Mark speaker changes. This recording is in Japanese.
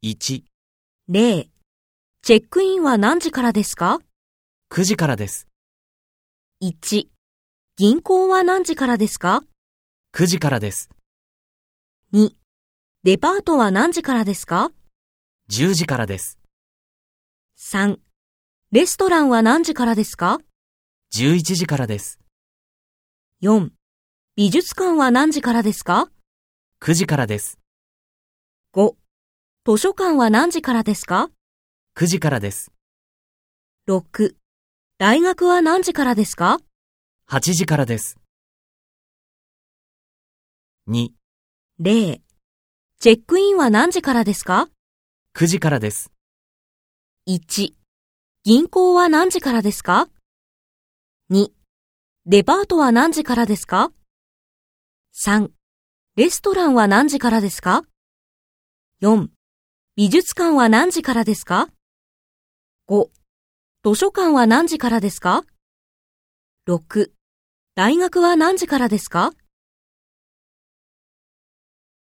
Speaker 1: 1、
Speaker 2: 例チェックインは何時からですか
Speaker 1: 9時からです。
Speaker 2: ?1、銀行は何時からですか
Speaker 1: 9時からです。
Speaker 2: ?2、デパートは何時からですか
Speaker 1: 10時からです。
Speaker 2: ?3、レストランは何時からですか
Speaker 1: 11時からです。
Speaker 2: ?4、美術館は何時からですか
Speaker 1: 9時からです。
Speaker 2: ?5、図書館は何時からですか
Speaker 1: 9時からです。
Speaker 2: ?6、大学は何時からですか
Speaker 1: 8時からです。2、
Speaker 2: 例チェックインは何時からですか
Speaker 1: 9時からです。
Speaker 2: ?1、銀行は何時からですか ?2、デパートは何時からですか ?3、レストランは何時からですか ?4、美術館は何時からですか ?5、図書館は何時からですか ?6、大学は何時からですか